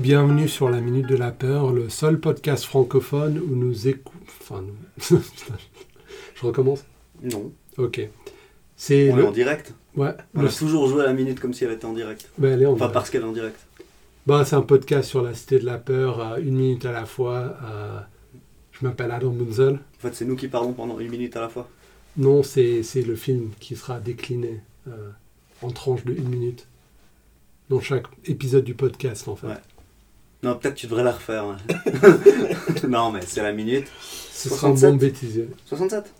bienvenue sur la Minute de la Peur, le seul podcast francophone où nous écoutons... Enfin, nous... Putain, je recommence Non. Ok. C'est On est le... en direct. Ouais, On le- a toujours joué à la minute comme si elle était en direct. Ben, allez, on Enfin, va- parce qu'elle est en direct. Bah, c'est un podcast sur la Cité de la Peur, euh, une minute à la fois. euh, je m'appelle Adam Bunzel. En fait, c'est nous qui parlons pendant une minute à la fois. Non, c'est c'est le film qui sera décliné euh, en tranches de une minute dans chaque épisode du podcast, en fait. Ouais. Non, peut-être tu devrais la refaire. hein. non, mais c'est la minute Ce sera un bon 67. bêtisier. 67.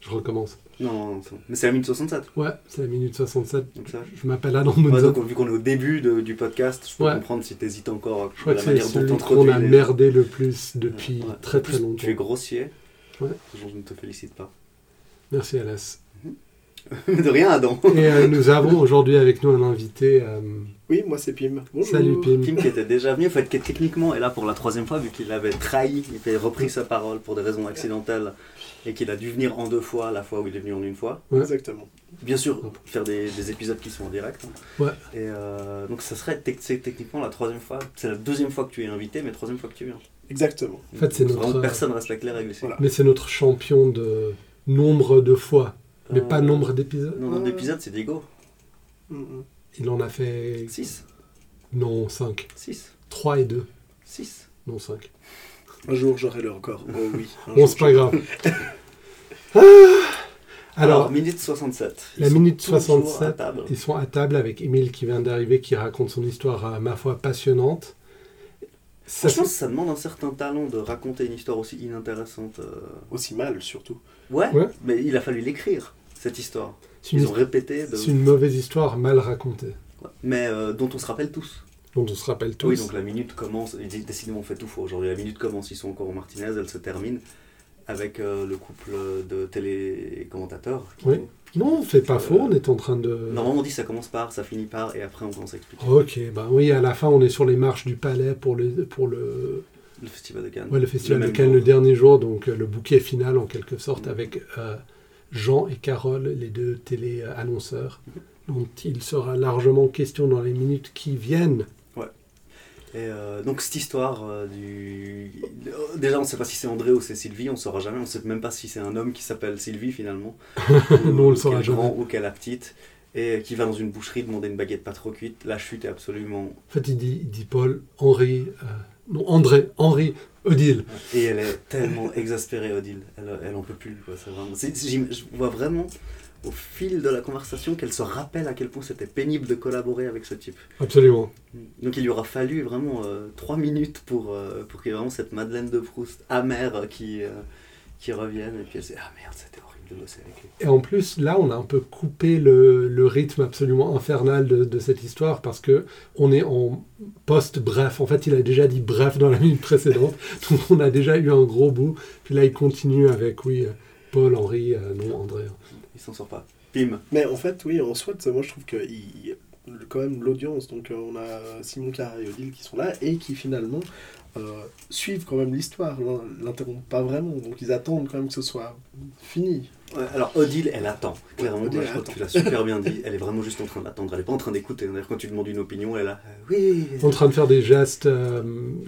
Je recommence. Non, non, non, c'est bon. mais c'est la minute 67. Ouais, c'est la minute 67. Donc ça. Je m'appelle Adam Ouais, Bunzel. donc, vu qu'on est au début de- du podcast, je peux Ouais. comprendre si t'hésites encore. euh, Je crois que de la c'est manière dont celui t'introduis qu'on a les- merdé le plus depuis Ouais. très En plus, très longtemps. Tu es grossier. Ouais. Je ne te félicite pas. Merci Alas. de rien, Adam. Et euh, nous avons aujourd'hui avec nous un invité. euh, Oui, moi c'est Pim. Bonjour. Salut Pim. Kim qui était déjà venu, en fait, qui techniquement est là pour la troisième fois, vu qu'il avait trahi, il avait repris sa parole pour des raisons accidentelles et qu'il a dû venir en deux fois, la fois où il est venu en une fois. Exactement. Bien sûr, pour faire des, des épisodes qui sont en direct. hein. Ouais. Et euh, donc, ça serait tec- c'est techniquement la troisième fois, c'est la deuxième fois que tu es invité, mais la troisième fois que tu viens. Exactement. En fait, c'est Donc, vraiment, notre- Personne reste la claire avec lui. Voilà. Mais c'est notre champion de nombre de fois, mais Euh, pas nombre d'épisodes. Non, nombre d'épisodes, c'est Diego. Mm, mm. Il en a fait 6. non 5, 6. 3 et 2, 6. non 5. Un jour j'aurai le record. Oh oui. Un Bon, jour, c'est pas grave. Ah Alors, Alors, minute 67. la Ils minute sont toujours à 67, table. Ils sont à table avec Émile qui vient d'arriver, qui raconte son histoire à ma foi passionnante. Ça, Franchement, ça demande un certain talent de raconter une histoire aussi inintéressante. euh. Aussi mal surtout. Ouais, Ouais. mais il a fallu l'écrire, cette histoire. c'est Ils une, ont répété, de- c'est une mauvaise histoire mal racontée, Ouais. mais euh, dont on se rappelle tous. dont on se rappelle tous. Oui, donc la minute commence, et dé- décidément on fait tout faux aujourd'hui, la minute commence, ils sont encore au Martinez, elle se termine avec euh, le couple de télécommentateurs. qui- Oui. Non, c'est pas Euh, faux, on est en train de... Normalement on dit ça commence par, ça finit par, et après on commence à expliquer. Ok, bah oui, à la fin, on est sur les marches du palais pour le, pour le, Le festival de Cannes. ouais, le festival Le de même Cannes, jour. le dernier jour, donc euh, le bouquet final en quelque sorte, Mhm. avec euh, Jean et Carole, les deux télé-annonceurs, dont il sera largement question dans les minutes qui viennent. Et euh, donc cette histoire euh, du... Déjà on ne sait pas si c'est André ou c'est Sylvie, on ne saura jamais, on ne sait même pas si c'est un homme qui s'appelle Sylvie finalement. ou- Non, on le ou saura qu'elle jamais. grand ou qu'elle la petite. Et qui va dans une boucherie demander une baguette pas trop cuite. La chute est absolument... En fait, il dit, il dit Paul, Henri, euh, non, André, Henri, Odile. Et elle est tellement exaspérée Odile. Elle, elle en peut plus. Quoi. C'est vraiment... c'est- c'est- j'im- Je vois vraiment au fil de la conversation qu'elle se rappelle à quel point c'était pénible de collaborer avec ce type. Absolument. Mm. Donc il lui aura fallu vraiment euh, trois minutes pour, euh, pour qu'il y ait vraiment cette Madeleine de Proust amère qui, euh, qui revienne. Et puis elle se dit Ah merde, c'était horrible de bosser avec lui. Et en plus, là, on a un peu coupé le, le rythme absolument infernal de, de cette histoire parce que on est en post-bref. En fait, il a déjà dit bref dans la minute précédente, donc on a déjà eu un gros bout. Puis là, il continue avec, oui, euh, Paul, Henri, euh, non, André. Il s'en sort pas. Pim. Mais en fait, oui, en soit, moi je trouve que il- il- le- quand même l'audience, donc euh, on a Simon Clark et Odile qui sont là et qui finalement euh, suivent quand même l'histoire, l'in- l'interrompent pas vraiment. Donc ils attendent quand même que ce soit fini. Ouais, alors Odile, elle attend. Clairement, Odile, moi, je elle crois que tu l'as super bien dit. Elle est vraiment juste en train d'attendre. Elle est pas en train d'écouter. D'ailleurs, quand tu demandes une opinion, elle est là. euh, oui. En train de faire des gestes euh,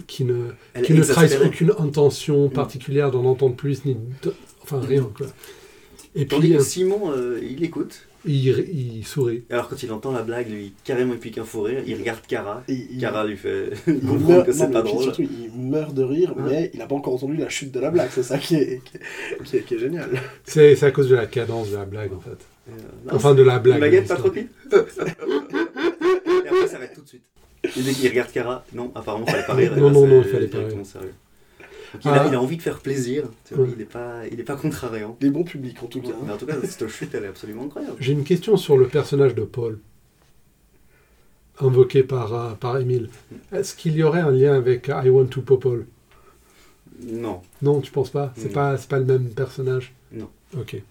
qui ne, Elle qui est ne trahissent exaspérée. aucune intention Mm. particulière d'en entendre plus, ni. de- Enfin, rien, quoi. Et Tandis puis, que euh, Simon, euh, il écoute. il- il sourit. Alors quand il entend la blague, lui, carrément, il pique un fou rire. Il regarde Cara. Et il- Cara lui fait il comprendre meurt- que non, c'est mais pas puis drôle. surtout, il meurt de rire, Ouais. mais il n'a pas encore entendu la chute de la blague. C'est ça qui est, qui est- qui est- qui est génial. C'est c'est à cause de la cadence de la blague en fait. Et, euh, non, Enfin de la blague. Une de baguette, pas l'histoire. trop cuite Et après, ça va être tout de suite. Il, dit- il regarde Cara. Non, apparemment, fallait pas rire. Et Non, là, non, non, c'est il fallait pas directement sérieux. Donc, il, a, Ah. il a envie de faire plaisir. tu vois, Ouais. Il n'est pas, il est pas contrariant. Des bons publics en tout cas. Mais en tout cas, cette chute, elle est absolument incroyable. J'ai une question sur le personnage de Paul, invoqué par, euh, par Emile. Est-ce qu'il y aurait un lien avec euh, I Want to Popol Non. Non, tu penses pas C'est Mm. pas c'est pas le même personnage Non. Ok.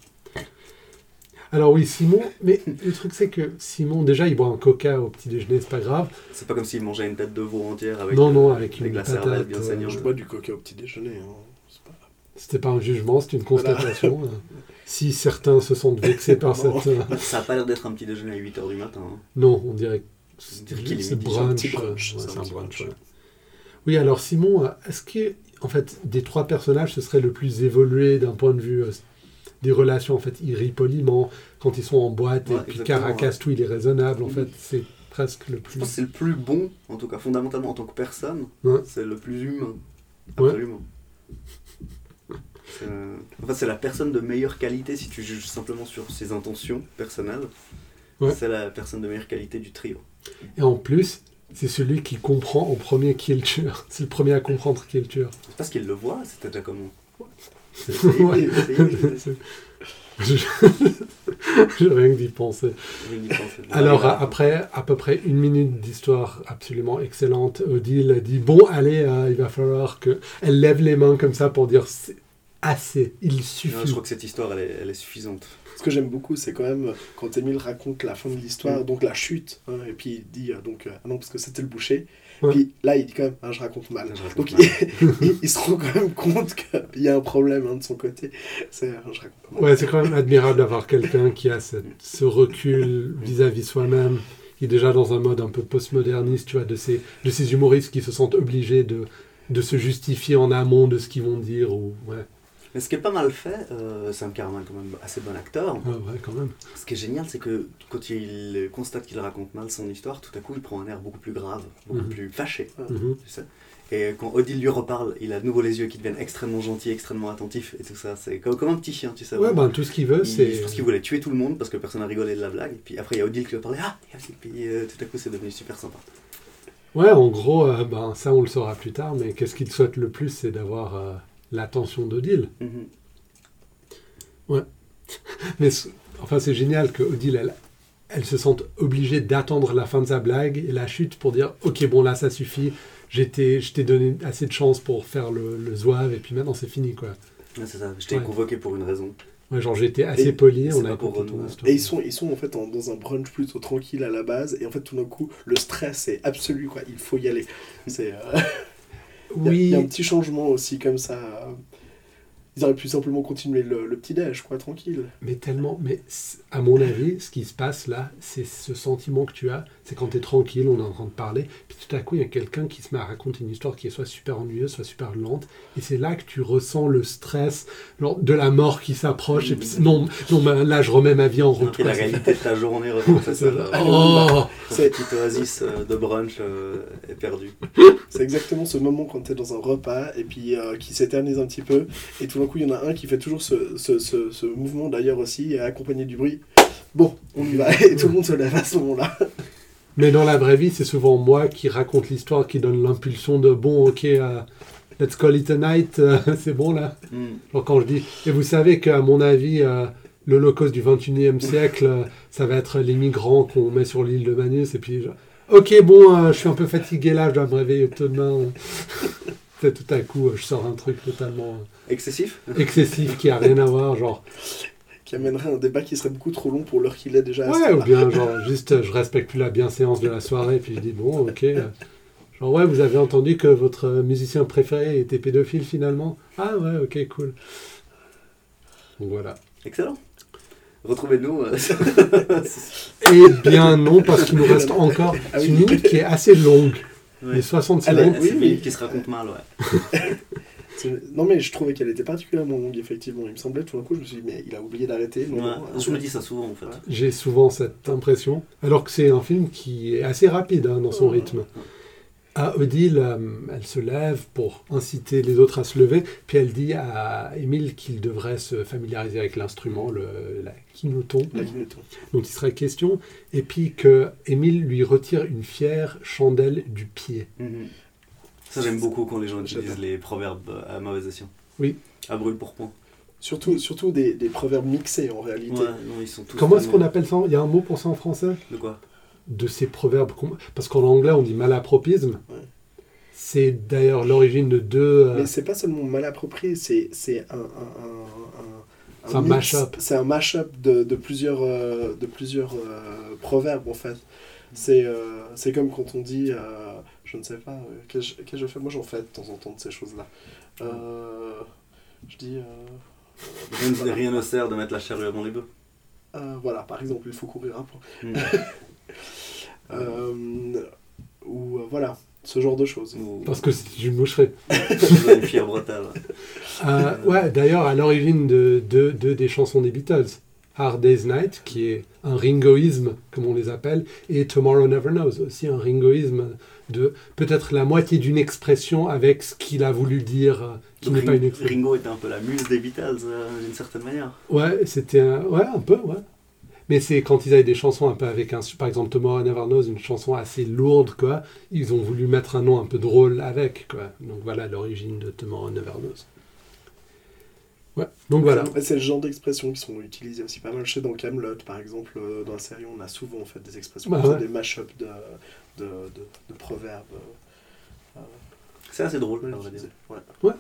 Alors oui, Simon, mais le truc c'est que Simon, déjà, il boit un coca au petit déjeuner, c'est pas grave. C'est pas comme s'il mangeait une tête de veau entière avec, non, euh, non, avec avec une la patate. cervelle bien euh, saignante. Je bois du coca au petit déjeuner. hein. C'est pas- C'était pas un jugement, c'est une constatation. euh. Si certains se sentent vexés par Non. cette... euh, Ça a pas l'air d'être un petit déjeuner à 8h du matin. hein. Non, on dirait que On dirait qu'il est c'est midi, c'est un brunch. petit euh, ouais, brunch, C'est un brunch. ouais. Oui, alors Simon, est-ce que, en fait, des trois personnages, ce serait le plus évolué d'un point de vue euh, des relations, en fait, ils rient poliment quand ils sont en boîte, Ouais, et puis exactement, Caracas, ouais. tout, il est raisonnable, en Oui. fait, c'est presque le Je pense que plus... c'est le plus bon, en tout cas fondamentalement en tant que personne, Ouais. c'est le plus humain. Ouais. Absolument. C'est, euh, Enfin, c'est la personne de meilleure qualité si tu juges simplement sur ses intentions personnelles. Ouais. C'est la personne de meilleure qualité du trio. Et en plus, c'est celui qui comprend en premier qui est le tueur. C'est le premier à comprendre qui est le tueur. C'est parce qu'il le voit, c'était déjà comment C'est Ouais. Je- J'ai rien que d'y penser. Alors à- après à peu près une minute d'histoire absolument excellente, Odile a dit bon allez euh, il va falloir que elle lève les mains comme ça pour dire c'est assez, il je suffit. crois que cette histoire, elle est, elle est suffisante. Ce que j'aime beaucoup, c'est quand même quand Émile raconte la fin de l'histoire, donc la chute, hein, et puis il dit euh, donc euh, Ah non parce que c'était le boucher. Ouais. Puis là, il dit quand même Ah, je raconte mal. Je raconte donc mal. Il, il- il se rend quand même compte qu'il y a un problème hein, de son côté. C'est Ah, je raconte mal. Ouais c'est quand même admirable d'avoir quelqu'un qui a cette- ce recul vis-à-vis soi-même, qui est déjà dans un mode un peu postmoderniste, tu vois, de ces, de ces humoristes qui se sentent obligés de, de se justifier en amont de ce qu'ils vont dire. Ou, ouais, Mais ce qui est pas mal fait, euh, Sam Carman, quand même assez bon acteur. ouais, ouais, quand même. Ce qui est génial, c'est que quand il constate qu'il raconte mal son histoire, tout à coup, il prend un air beaucoup plus grave, beaucoup Mhm. plus fâché. Mhm. tu sais. Et quand Odile lui reparle, il a de nouveau les yeux qui deviennent extrêmement gentils, extrêmement attentifs et tout ça. C'est comme, comme un petit chien, tu sais. Ouais, vraiment. ben tout ce qu'il veut, Il- c'est. je pense qu'il voulait tuer tout le monde parce que personne n'a rigolé de la blague. Et puis après, il y a Odile qui lui a parlé. Ah Et puis euh, tout à coup, c'est devenu super sympa. Ouais, en gros, euh, ben, ça on le saura plus tard, mais qu'est-ce qu'il souhaite le plus, c'est d'avoir euh, l'attention d'Odile. Mhm. Mais ce- enfin, c'est génial que Odile, elle, elle se sente obligée d'attendre la fin de sa blague et la chute pour dire Ok, bon, là ça suffit, j'étais, je t'ai donné assez de chance pour faire le, le zouave, et puis maintenant c'est fini, quoi. Ouais, c'est ça, je t'ai Ouais. convoqué pour une raison. Ouais, genre j'étais assez Et poli, c'est on pas a pour compris ton Renaud. histoire. Et ils sont, ils sont en fait en- dans un brunch plutôt tranquille à la base, et en fait tout d'un coup, le stress est absolu, quoi. Il faut y aller. C'est. euh, Il y a- il Oui, y, a un petit changement aussi comme ça. euh, Ils auraient pu simplement continuer le, le petit déj, quoi, tranquille. mais tellement. Mais c- à mon avis, ce qui se passe là, c'est ce sentiment que tu as, c'est quand tu es tranquille, on est en train de parler, puis tout à coup, il y a quelqu'un qui se met à raconter une histoire qui est soit super ennuyeuse, soit super lente, et c'est là que tu ressens le stress genre, de la mort qui s'approche, et puis non, non mais là, je remets ma vie en route. Et la quoi. réalité de ta journée reprend face à la- Oh ton petit oasis euh, de brunch euh, est perdu. C'est exactement ce moment quand t'es dans un repas et puis euh, qui s'éternise un petit peu. Et tout d'un coup, il y en a un qui fait toujours ce, ce, ce- ce mouvement d'ailleurs aussi, accompagné du bruit. Bon, on y va. Et tout le monde se lève à ce moment-là. Mais dans la vraie vie, c'est souvent moi qui raconte l'histoire, qui donne l'impulsion de bon, ok, euh, let's call it a night, euh, c'est bon là. Mhm. Alors quand je dis, et vous savez qu'à mon avis, euh, l'Holocauste du 21e siècle, euh, ça va être les migrants qu'on met sur l'île de Manus, et puis, genre, ok, bon, euh, je suis un peu fatigué là, je dois me réveiller demain. C'est tout à coup, euh, je sors un truc totalement Excessif euh, excessif qui a rien à voir, genre, Qui amènerait un débat qui serait beaucoup trop long pour l'heure qu'il est déjà à ce ouais, ou moment-là. bien, genre, juste, euh, je respecte plus la bienséance de la soirée, puis je dis, bon, ok. euh, Genre, ouais, vous avez entendu que votre euh, musicien préféré était pédophile finalement Ah ouais, ok, cool. Donc voilà. Excellent. Retrouvez-nous. euh, Eh bien non, parce qu'il nous reste encore Ah oui. une minute qui est assez longue, Ouais. les 60 Allez, secondes. C'est oui, une oui. minute qui se raconte mal, ouais. C'est- Non, mais je trouvais qu'elle était particulièrement longue, effectivement. Il me semblait tout d'un coup, je me suis dit, mais il a oublié d'arrêter. non, non, Ouais, Je me dis ça souvent en fait. Ouais. J'ai souvent cette impression, alors que c'est un film qui est assez rapide hein, dans son rythme. À Odile, euh, elle se lève pour inciter les autres à se lever, puis elle dit à Émile qu'il devrait se familiariser avec l'instrument, le, la quinoton. la ligne de temps. dont il serait question, et puis que Émile lui retire une fière chandelle du pied. Mhm. Ça, j'aime beaucoup quand les gens utilisent J'adore. les proverbes euh, à mauvaise escient. Oui. À brûle pour point. Surtout, surtout des, des proverbes mixés en réalité. Ouais, non, ils sont tous. Comment est-ce qu'on vraiment- appelle ça Il y a un mot pour ça en français De quoi de ces proverbes qu'on- parce qu'en anglais on dit malapropisme Ouais. c'est d'ailleurs l'origine de deux euh, Mais c'est pas seulement mal approprié, c'est c'est un, un, un, un, C'est un mix, mash-up. C'est un mash-up de, de plusieurs, euh, de plusieurs euh, proverbes en fait. C'est euh, c'est comme quand on dit, euh, je ne sais pas, euh, qu'est-ce que je fais Moi j'en fais de temps en temps de ces choses-là. Euh, je dis, euh, Rien ne- Rien ne sert de mettre la charrue avant les bœufs. Hmm. euh, voilà, par exemple, il faut courir après. Mhm. Euh, ou euh, voilà. ce genre de choses. Ou Parce que c'est une moucherie. une fibre brutale. Euh, ouais, d'ailleurs, à l'origine de, de- de- des chansons des Beatles, Hard Day's Night, qui est un ringoïsme, comme on les appelle, et Tomorrow Never Knows, aussi un ringoïsme de peut-être la moitié d'une expression avec ce qu'il a voulu dire, euh, qui Donc, n'est pas une Ring- expression. Ringo était un peu la muse des Beatles, euh, d'une certaine manière. Ouais, c'était un... Ouais, un peu, ouais. Mais c'est quand ils avaient des chansons un peu avec un... Par exemple, Tomorrow Never Knows, une chanson assez lourde, quoi. Ils ont voulu mettre un nom un peu drôle avec, quoi. Donc voilà l'origine de Tomorrow Never Knows. Ouais, donc voilà. Après, C'est le genre d'expressions qui sont utilisées aussi pas mal. Je sais, dans Camelot, par exemple, euh, dans la série, on a souvent en fait, des expressions, Bah comme ça, ouais. des mash-ups de, de, de, de proverbes. euh, C'est assez drôle, euh, à vrai dire. ouais.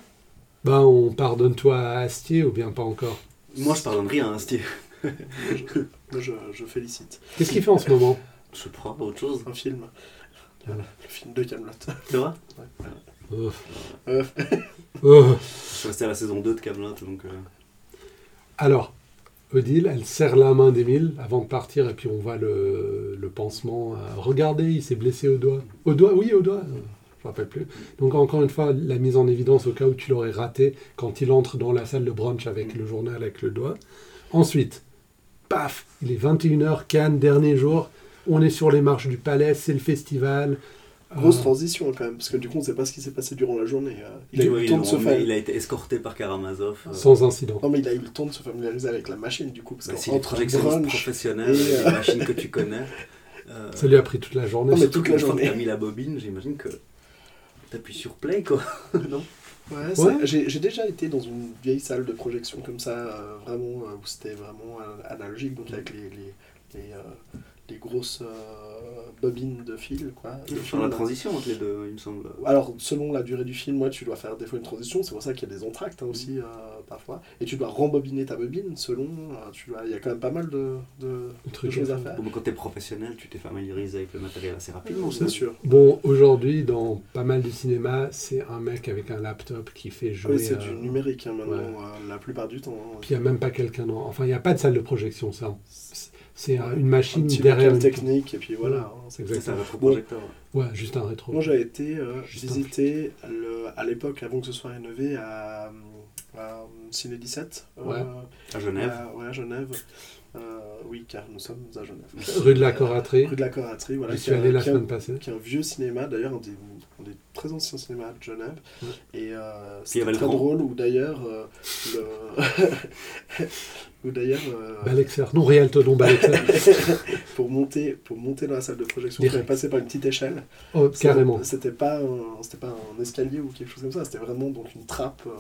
Ben, on pardonne-toi à Astier ou bien pas encore Moi, je pardonne rien, hein, Steve. Moi, je, moi, je- je félicite. Qu'est-ce qu'il fait en ce moment Je prends autre chose. Un film. Voilà. Le film de Camelot. Tu vois Euh, Euh, euh. Je suis resté à la saison 2 de Camelot, donc. euh, Alors, Odile, elle serre la main d'Emile avant de partir et puis on voit le, le pansement. euh, regardez, il s'est blessé au doigt. Au doigt, oui, au doigt. euh, Je me rappelle plus. Donc encore une fois, la mise en évidence au cas où tu l'aurais raté quand il entre dans la salle de brunch avec le journal avec le doigt. Ensuite, paf, il est 21h, Cannes, dernier jour. On est sur les marches du palais, c'est le festival. Grosse Euh, transition hein, quand même, parce que du coup on ne sait pas ce qui s'est passé durant la journée. euh. Il a eu oui, le ils temps de l'ont se emmené, faire. il a été escorté par Karamazov. euh, sans incident. Non mais il a eu le temps de se familiariser avec la machine du coup, parce bah, qu'entre c'est des projectionnistes brunch, professionnels, et, euh, des machines que tu connais. Euh, Ça lui a pris toute la journée. Non, mais surtout toute que la une fois que journée. T'as mis la bobine, j'imagine que t'appuies sur play, quoi. non Ouais, ça- Ouais. J'ai, j'ai déjà été dans une vieille salle de projection comme ça, euh, vraiment, euh, où c'était vraiment euh, analogique, donc avec les, les, les, euh, les grosses euh, bobines de fil. Quoi, de Sur fil. la transition entre les deux, il me semble. Alors, selon la durée du film, moi, tu dois faire des fois une transition, c'est pour ça qu'il y a des entractes hein, aussi, Mm. euh, parfois, et tu dois rembobiner ta bobine selon. euh, tu dois, il y a quand même pas mal de, de, Le de truc choses à est- faire. Bon, mais quand t'es professionnel, tu t'es familiarisé avec le matériel assez rapidement. Non, c'est ça. sûr. Bon, aujourd'hui, dans pas mal du cinéma, c'est un mec avec un laptop qui fait Ah jouer. Oui, c'est euh, du numérique hein, maintenant, ouais. euh, la plupart du temps. hein. Puis il n'y a même pas quelqu'un. dans- Enfin, il n'y a pas de salle de projection, ça. C'est euh, une un machine petit derrière. local une- technique, et puis voilà. Ouais. hein, C'est C'est ça, exactement. le projecteur. Ouais, juste un rétro. Moi, j'avais été euh, Juste un visiter le, à l'époque, avant que ce soit rénové, à, à Ciné 17. euh, Ouais. À Genève. à- ouais, à Genève. Euh, oui, car nous sommes à Genève. Rue de la Coraterie. Rue de la Coraterie, voilà. Je qui suis est allé un- la qui est un- semaine passée. qui est un vieux cinéma, d'ailleurs, un des, un des très anciens cinémas de Genève. Ouais. Et il y euh, avait c'était le très grand. drôle, où d'ailleurs, euh, le- où d'ailleurs, euh, Balexer. Non, Rialto, non, Balexer. pour, monter, pour monter dans la salle de projection, il Direct. fallait passer par une petite échelle. Oh, C'était- carrément. C'était pas, un- c'était pas un escalier ou quelque chose comme ça, c'était vraiment donc une trappe euh,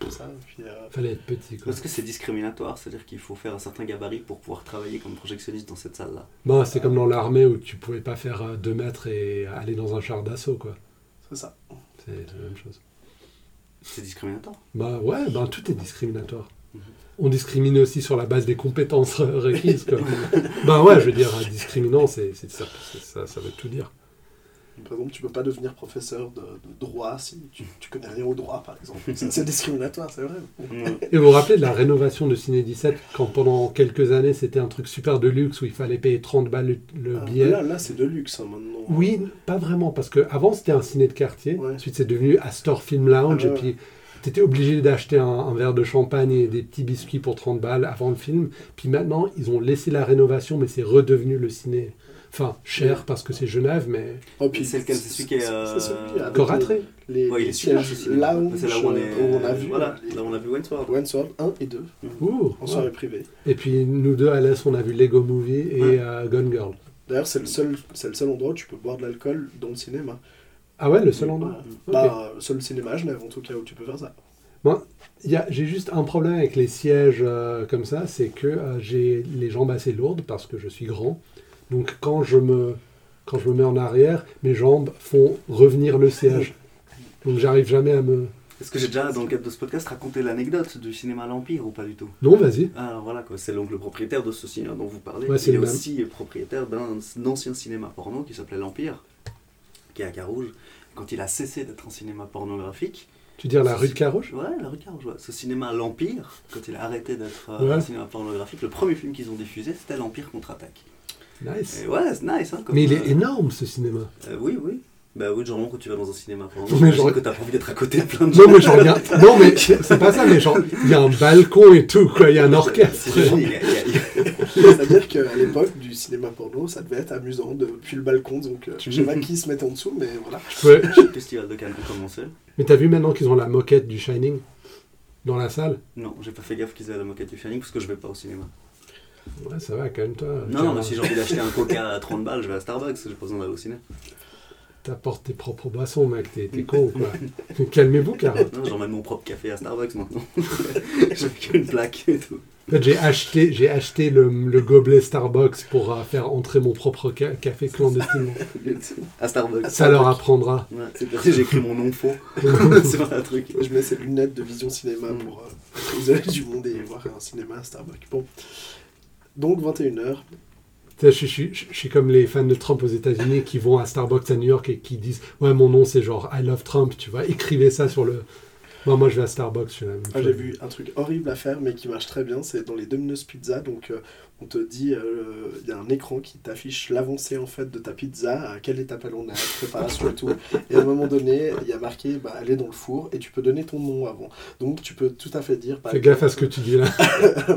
comme ça. et Puis, euh, Fallait être petit, quoi. Parce que c'est discriminatoire, c'est-à-dire qu'il faut faire un certain gabarit pour pouvoir travailler comme projectionniste dans cette salle-là. Bon, Bah, c'est comme dans l'armée où tu pouvais pas faire euh, deux mètres et aller dans un char d'assaut, quoi. c'est ça. C'est la même chose. C'est discriminatoire. Bah ouais, ben tout est discriminatoire. Mhm. On discrimine aussi sur la base des compétences euh, requises. Quoi. ben ouais, je veux dire, euh, discriminant, c'est c'est ça, c'est ça, ça veut tout dire. Par exemple, tu peux pas devenir professeur de, de droit si tu, tu connais rien au droit, par exemple. Ça, C'est discriminatoire, c'est vrai. Et vous vous rappelez de la rénovation de Ciné 17, quand pendant quelques années, c'était un truc super de luxe où il fallait payer 30 balles le, le Ah, billet. Là, là c'est de luxe hein, maintenant. Oui, pas vraiment, parce que avant c'était un ciné de quartier, Ouais. ensuite c'est devenu Astor Film Lounge, Ah, et ouais, puis t'étais obligé d'acheter un, un verre de champagne et des petits biscuits pour 30 balles avant le film. Puis maintenant, ils ont laissé la rénovation, mais c'est redevenu le ciné. Enfin, cher parce que c'est Genève, mais. Oh, Puis c'est lequel C'est celui qui est. euh, c'est celui avec Coratré Les, les, Ouais, il les est super sièges ce cinéma. lounge, C'est là où on est. euh, où on a vu Voilà, les- là où on a vu Wentworth. Wentworth 1 et 2 Ouh, en soirée privée. Et puis nous deux, à l'Est, on a vu Lego Movie et Ouais. euh, Gone Girl. D'ailleurs, c'est le, seul- c'est le seul endroit où tu peux boire de l'alcool dans le cinéma. Ah ouais, le seul endroit. Ok. Bah, euh, seul cinéma à Genève, en tout cas, où tu peux faire ça. Il y a- J'ai juste un problème avec les sièges euh, comme ça, c'est que euh, j'ai les jambes assez lourdes parce que je suis grand. Donc quand je me, quand je me mets en arrière, mes jambes font revenir le siège. Donc j'arrive jamais à me... Est-ce que j'ai déjà, dans le cadre de ce podcast, raconté l'anecdote du cinéma L'Empire ou pas du tout Non, vas-y. Alors voilà, quoi, c'est donc le propriétaire de ce cinéma dont vous parlez. Ouais, c'est il est le même. aussi propriétaire d'un ancien cinéma porno qui s'appelait L'Empire, qui est à Carouge. Quand il a cessé d'être un cinéma pornographique, Tu veux dire la rue de Carouge Ouais, la regarde, ouais. Ce cinéma L'Empire, quand il a arrêté d'être euh, Ouais. un cinéma pornographique, le premier film qu'ils ont diffusé, c'était L'Empire contre-attaque. Nice. Et ouais, c'est nice, hein, comme, Mais il euh, est énorme ce cinéma. euh, oui, oui. Bah oui, genre quand tu vas dans un cinéma, par Mais exemple, genre- genre que t'as pas envie d'être à côté de plein de gens. Non mais genre, il y a- non mais c'est pas ça, mais genre il y a un balcon et tout quoi, il y a un orchestre. C'est génial, il y a- il y a- il y a- C'est-à-dire qu'à l'époque du cinéma porno, ça devait être amusant depuis le balcon. Donc, euh, je sais pas qui se mettait en dessous, mais voilà. Ouais. le festival de Cannes a commencé. Mais t'as vu maintenant qu'ils ont la moquette du Shining dans la salle Non, j'ai pas fait gaffe qu'ils avaient la moquette du Shining parce que je vais pas au cinéma. Ouais, ça va quand même toi. Non, non, mais euh, si j'ai envie d'acheter un coca à 30 balles, je vais à Starbucks, j'ai pas besoin d'aller au cinéma. T'apportes tes propres boissons, mec, t'es t'es con ou quoi Calmez-vous, car. En Non, j'emmène mon propre café à Starbucks maintenant. j'ai qu'une plaque et tout. fait, j'ai acheté, j'ai acheté le, le gobelet Starbucks pour euh, faire entrer mon propre ca- café clandestinement. À Starbucks. Ça leur apprendra. Ouais, c'est parti, j'ai écrit mon nom faux sur un truc. Je mets ces lunettes de vision cinéma Mm. pour euh, être isolé du monde et voir un cinéma à Starbucks. Bon. Donc, 21h. Tu sais, Je suis- je suis- je suis comme les fans de Trump aux États-Unis qui vont à Starbucks à New York et qui disent Ouais, mon nom c'est genre I love Trump, tu vois, écrivez ça sur le. Moi, moi je vais à Starbucks, je suis la même Ah, chose. J'ai vu un truc horrible à faire, mais qui marche très bien. C'est dans les Domino's Pizza. Donc, euh, on te dit, euh, il y a un écran qui t'affiche l'avancée en fait de ta pizza, à quelle étape elle en est, préparation et tout. Et à un moment donné, il y a marqué, bah, elle est dans le four, et tu peux donner ton nom avant. Donc, tu peux tout à fait dire. par Fais exemple, gaffe à ce que tu dis là.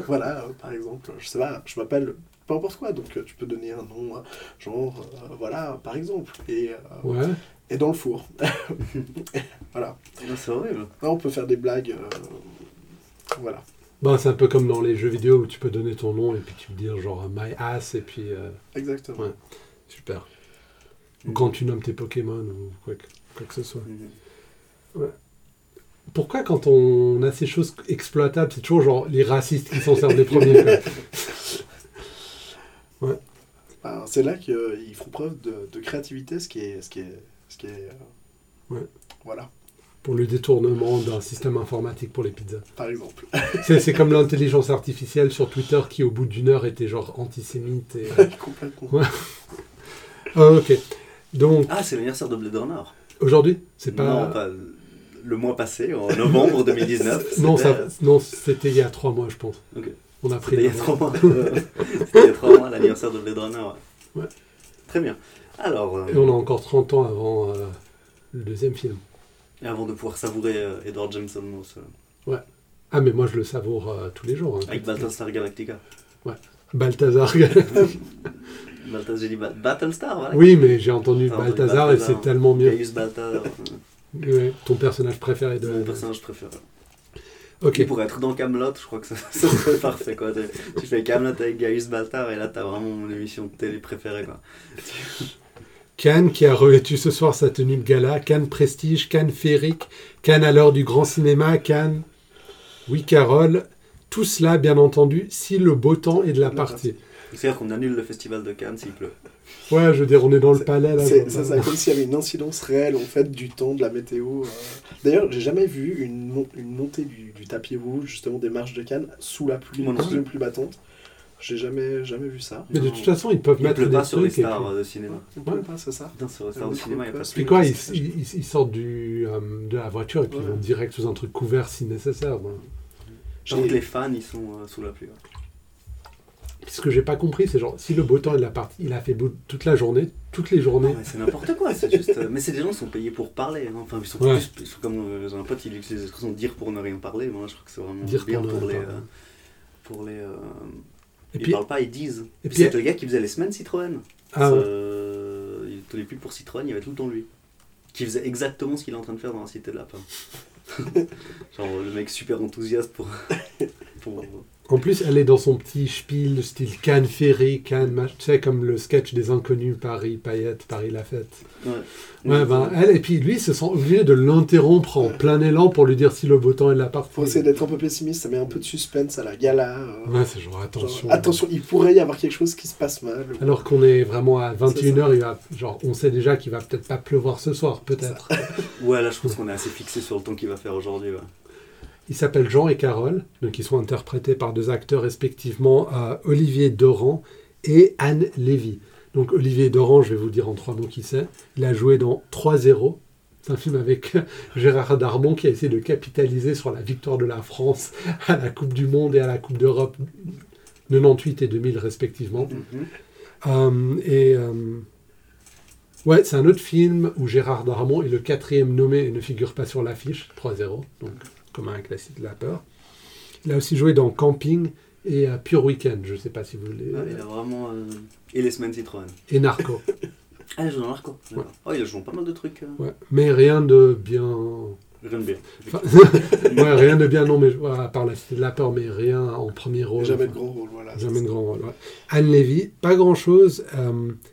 voilà, euh, par exemple, je sais pas, je m'appelle peu importe quoi, donc euh, tu peux donner un nom, euh, genre, euh, voilà, par exemple, et, euh, Ouais. et dans le four. Non, c'est horrible. Là, on peut faire des blagues, euh, voilà. Ben, c'est un peu comme dans les jeux vidéo où tu peux donner ton nom et puis tu peux dire genre My Ass et puis. euh, Exactement. Ouais. Super. Ou quand tu nommes tes Pokémon ou quoi que, quoi que ce soit. Pourquoi quand on a ces choses exploitables, c'est toujours genre les racistes qui s'en servent les premiers quoi. Ben, c'est là qu'ils font preuve de, de créativité, ce qui est. Ce qui est, ce qui est euh, Ouais. Voilà, Pour le détournement d'un système informatique pour les pizzas. par exemple. C'est c'est comme l'intelligence artificielle sur Twitter qui au bout d'une heure était genre antisémite. Et... euh, Complètement. Ouais. ah, ok. Donc Ah, c'est l'anniversaire de Blade Runner. aujourd'hui, c'est pas... Non, pas le mois passé, en novembre 2019. Non, c'était- ça- non, c'était il y a trois mois je pense. Ok. On a pris. C'était il y a le- trois mois. C'était il y a trois mois, l'anniversaire de Blade Runner. ouais. Ouais. Très bien. Alors, euh, Et on a encore 30 ans avant euh, le deuxième film. et avant de pouvoir savourer euh, Edward Jameson Moss euh, Ah, mais moi je le savoure euh, tous les jours. hein. avec Battlestar Galactica. Balthazar. Balthazar, j'ai dit Ba- Battlestar, voilà. oui, mais j'ai entendu Pardon, Balthazar et Balthazar. c'est tellement mieux. Gaius Balthazar, euh, Ouais, ton personnage préféré c'est de. mon personnage préféré. Euh, Ok. Et pour être dans Camelot, je crois que ça, ça serait parfait. Quoi. Tu- Tu fais Camelot avec Gaius Balthazar et là, t'as vraiment mon émission de télé préférée. Quoi. Cannes qui a revêtu ce soir sa tenue de gala. Cannes Prestige, Cannes Féerique, Cannes à l'heure du grand cinéma, Cannes. Oui, Carole. Tout cela, bien entendu, si le beau temps est de la La partie. C'est-à-dire qu'on annule le festival de Cannes s'il pleut. Ouais, je veux dire, on est dans le palais là. C'est dans- ça, ça, comme s'il y avait une incidence réelle en fait du temps, de la météo. euh. D'ailleurs, j'ai jamais vu une, mon- une montée du, du tapis rouge, justement des marches de Cannes sous la pluie, Moi non sous plus. une pluie battante. J'ai jamais, jamais vu ça. Mais de toute façon, ils peuvent Il mettre pleut des pas sur les trucs. et stars puis- euh, de cinéma. On peut pas, c'est ça. Putain, sur les Ah stars de oui, cinéma, il c'est n'y a pas de Puis pluie. quoi, ils, ils- ils sortent du, euh, de la voiture et puis Ouais. ils vont direct sous un truc couvert si nécessaire. voilà. Genre que les fans, ils sont euh, sous la pluie. ouais. Ce que j'ai pas compris, c'est genre, si le beau temps est de la partie, il a fait beau toute la journée, toutes les journées. Non, mais c'est n'importe quoi, c'est juste. euh, mais c'est des gens qui sont payés pour parler. hein. Enfin, ils sont Ouais. plus. ils sont comme euh, j'ai un pote, il utilise l'expression dire pour ne rien parler. Moi, je crois que c'est vraiment Dire bien pour ne pour, les. rien parler. euh, pour les. euh, et ils puis, parlent pas, ils disent. et puis- Et puis, c'est le gars qui faisait les semaines Citroën. ah, ouais. Euh, il- tous les pubs pour Citroën, il y avait tout le temps lui. Qui faisait exactement ce qu'il est en train de faire dans la cité de lapin. Genre le mec super enthousiaste pour. pour en plus, elle est dans son petit spiel, style Cannes Ferry, Cannes, mach- tu sais, comme le sketch des inconnus, Paris, Paillette, Paris la fête. euh, Ouais, ben, elle, et puis lui, se sent obligé de l'interrompre en plein élan pour lui dire si le beau temps est de la partie. Faut essayer d'être un peu pessimiste, ça met un peu de suspense à la gala. euh, Ouais, c'est genre, genre, attention. attention, il pourrait y avoir quelque chose qui se passe mal. Alors qu'on est vraiment à C'est 21h, il va, genre, on sait déjà qu'il va peut-être pas pleuvoir ce soir, peut-être. Ouais, là je pense qu'on est assez fixé sur le temps qu'il va faire aujourd'hui. ouais. Ils s'appellent Jean et Carole, donc ils sont interprétés par deux acteurs respectivement euh, Olivier Doran et Anne Lévy. Donc Olivier Doran, je vais vous dire en trois mots qui c'est. Il a joué dans 3-0. C'est un film avec Gérard Darmon qui a essayé de capitaliser sur la victoire de la France à la Coupe du Monde et à la Coupe d'Europe 98 et 2000 respectivement. Mhm. Euh, et euh, Ouais, c'est un autre film où Gérard Darmon est le quatrième nommé et ne figure pas sur l'affiche, 3-0, donc comme un classique de la peur. Il a aussi joué dans Camping et euh, Pure Weekend, je sais pas si vous voulez. Ouais, il a vraiment. euh, Et les semaines Citroën. Et Narco. Ah, il joue dans l'arco. Ouais. Oh, il joue dans pas mal de trucs. euh, Ouais. Mais rien de bien. Rien de bien. enfin, ouais, rien de bien, non, mais ouais, à part la Cité de la peur, mais rien en premier rôle. Jamais de enfin. grand rôle, voilà. Jamais de grand rôle. ouais. Anne Lévy, pas grand chose.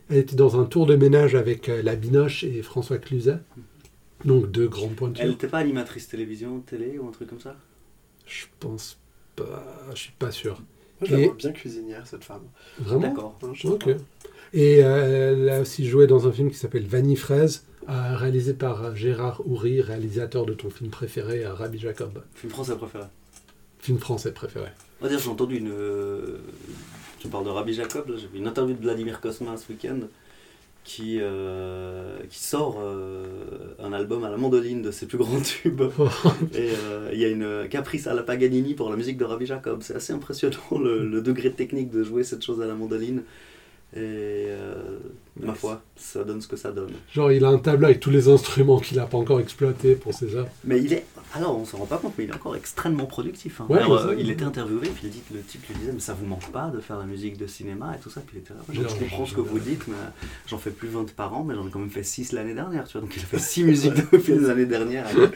elle était dans un tour de ménage avec euh, La Binoche et François Cluzet. Donc deux grands pointures. Elle n'était pas animatrice télévision, télé ou un truc comme ça Je pense pas. Je suis pas sûr. Moi, je la Et- vois bien cuisinière, cette femme. Vraiment D'accord. Hein, je sais Ok. pas. Et euh, elle a aussi joué dans un film qui s'appelle Vanille Fraise, euh, réalisé par euh, Gérard Houry, réalisateur de ton film préféré, euh, Rabbi Jacob. Film français préféré. Film français préféré. On va dire, j'ai entendu une. euh, Tu parles de Rabbi Jacob, là, j'ai vu une interview de Vladimir Kosma ce week-end qui, euh, qui sort euh, un album à la mandoline de ses plus grands tubes. Oh. Et euh, il y a une caprice à la Paganini pour la musique de Rabbi Jacob. C'est assez impressionnant le, le degré technique de jouer cette chose à la mandoline. Et euh, ma Nice. foi, ça donne ce que ça donne. Genre, il a un tableau avec tous les instruments qu'il n'a pas encore exploités pour ses œuvres. Mais il est. Alors, on s'en rend pas compte, mais il est encore extrêmement productif. hein. Ouais, Alors, c'est euh, ça. il était interviewé, puis il dit, le type lui disait Mais ça vous manque pas de faire la musique de cinéma et tout ça Puis il était là. Genre, Non, je comprends je- ce que vous dites, mais j'en fais plus 20 par an, mais j'en ai quand même fait 6 l'année dernière. Tu vois, donc il a fait 6 musiques depuis les années dernières. Alors,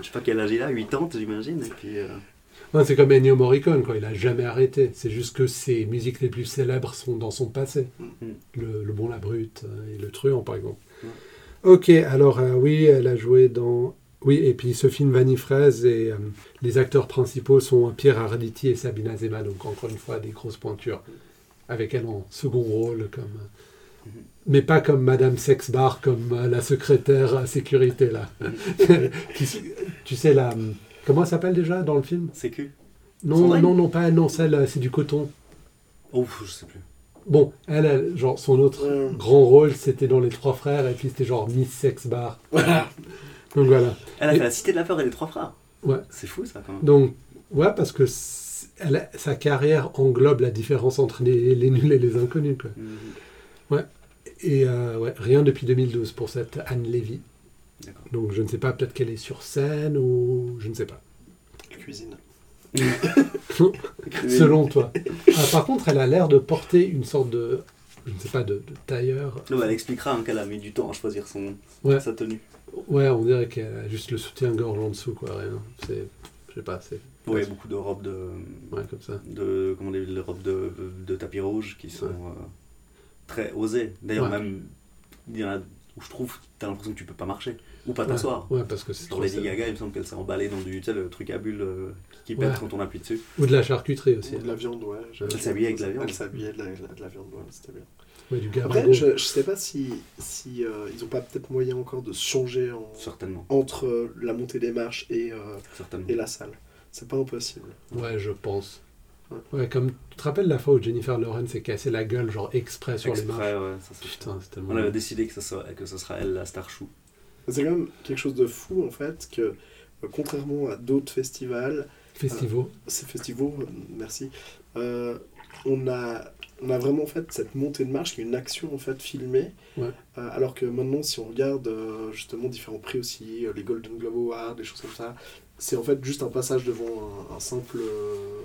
je sais pas quel âge il a, 8 ans, j'imagine. Et puis. euh, Non, c'est comme Ennio Morricone, quoi. Il a jamais arrêté. C'est juste que ses musiques les plus célèbres sont dans son passé. Mhm. Le, le Bon, la Brute euh, et le Truand, par exemple. Ouais. Ok, alors euh, oui, elle a joué dans. Oui, et puis ce film Vanille Fraise et euh, les acteurs principaux sont Pierre Arditi et Sabina Zema, donc encore une fois des grosses pointures. Avec elle en second rôle, comme. euh, Mhm. Mais pas comme Madame Sexbar, comme euh, la secrétaire à sécurité, là. Qui s- tu sais, la. Comment elle s'appelle déjà dans le film C'est que. non, Sandrine non, non, pas elle, non, celle, euh, c'est du coton. Oh, je sais plus. Bon, elle, elle, genre, son autre Ouais. grand rôle, c'était dans Les Trois Frères, et puis c'était genre Miss Sex Bar. Voilà. Donc voilà. Elle a Et- fait la Cité de la Peur et les Trois Frères. Ouais. C'est fou ça quand même. Donc, ouais, parce que c'est- elle a- sa carrière englobe la différence entre les, les nuls et les inconnus, quoi. Mhm. Et euh, ouais, rien depuis 2012 pour cette Anne Lévy. D'accord. Donc je ne sais pas, peut-être qu'elle est sur scène ou je ne sais pas. Cuisine. Selon toi. Ah, par contre, elle a l'air de porter une sorte de, je ne sais pas, de, de tailleur. Non, mais elle expliquera hein, qu'elle a mis du temps à choisir son, Ouais. sa tenue. Ouais, on dirait qu'elle a juste le soutien-gorge en dessous, quoi. Rien. C'est, je sais pas, c'est Bon, il y a beaucoup de robes de, ouais, comme ça. de comment on dit, les robes de, de tapis rouge qui sont Ouais. euh, très osées. D'ailleurs, Ouais. même il y en a où je trouve, t'as l'impression que tu peux pas marcher ou pas t'asseoir. Ouais, parce que c'est Dans trop Lady serré. Gaga, il me semble qu'elle s'est emballée dans du, tu sais, le truc à bulles euh, qui pète Ouais. quand on appuie dessus. Ou de la charcuterie aussi. C'est de la viande, ouais. Elle s'habillait avec de la viande. Elle s'habillait de la, de la viande, ouais, c'était bien. Ouais, du Après, gabarit. je, je sais pas si, si euh, ils ont pas peut-être moyen encore de changer en- Certainement, entre euh, la montée des marches et, euh, certainement. et la salle. C'est pas impossible. Ouais, je pense. Ouais. Ouais, comme tu te rappelles la fois où Jennifer Lawrence s'est cassée la gueule, genre exprès sur les marches. Exprès, ouais, ça, c'est- Putain, c'est tellement. On avait décidé que ce sera, que ce sera elle la star chou. C'est quand même quelque chose de fou en fait que, euh, contrairement à d'autres festivals, Festival. ces festivals, euh, merci, euh, on, a, on a vraiment en fait cette montée de marche qui est une action en fait filmée. Ouais. Euh, alors que maintenant, si on regarde euh, justement différents prix aussi, euh, les Golden Globe Awards, des choses comme ça, c'est en fait juste un passage devant un, un simple. euh,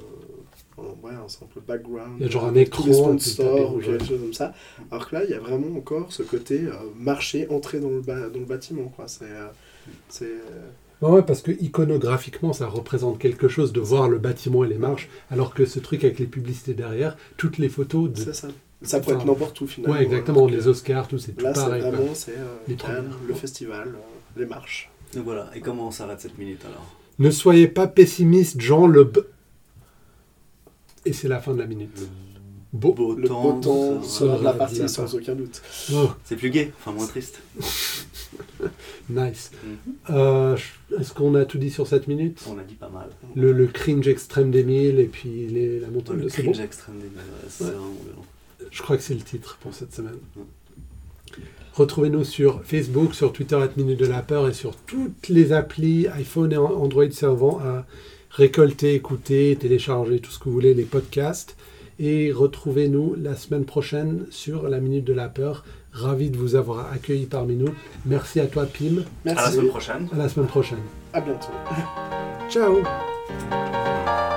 un- ouais, un simple background. Il y a genre un avec tous les écran, puis le tapis sponsors ou rouge, quelque ouais. chose comme ça. Alors que là, il y a vraiment encore ce côté euh, marcher, entrer dans le, ba- dans le bâtiment. quoi. C'est. euh, c'est, euh, Ouais, ouais, parce que iconographiquement, ça représente quelque chose de voir le bâtiment et les marches, alors que ce truc avec les publicités derrière, toutes les photos de. c'est ça. Ça pourrait être Enfin, n'importe où finalement. euh, Ouais, exactement, Donc, les Oscars, tout, c'est tout Là, c'est pareil. quoi. vraiment c'est, euh, Les trois Cannes, mères. le festival, euh, les marches. Donc voilà, et comment on s'arrête cette minute alors Ne soyez pas pessimiste, Jean Le. B- Et c'est la fin de la minute. Beau. Beau Le temps, euh, beau temps ça- sera de la de la partie sans part. aucun doute. Oh, C'est plus gai, enfin moins triste. nice. Mhm. Euh, Est-ce qu'on a tout dit sur cette minute On a dit pas mal. le, le cringe extrême d'Emile et puis les- la montagne Le de c'est cringe bon extrême des malades, c'est Ouais. vraiment violent. Je crois que c'est le titre pour cette semaine. Mm. Retrouvez-nous sur Facebook, sur Twitter, à Minute de la Peur et sur toutes les applis iPhone et Android servant à récolter, écouter, télécharger tout ce que vous voulez, les podcasts. Et retrouvez-nous la semaine prochaine sur la Minute de la Peur. Ravi de vous avoir accueilli parmi nous. Merci à toi, Pim. À la Merci. semaine prochaine. À la semaine prochaine. À bientôt. Ciao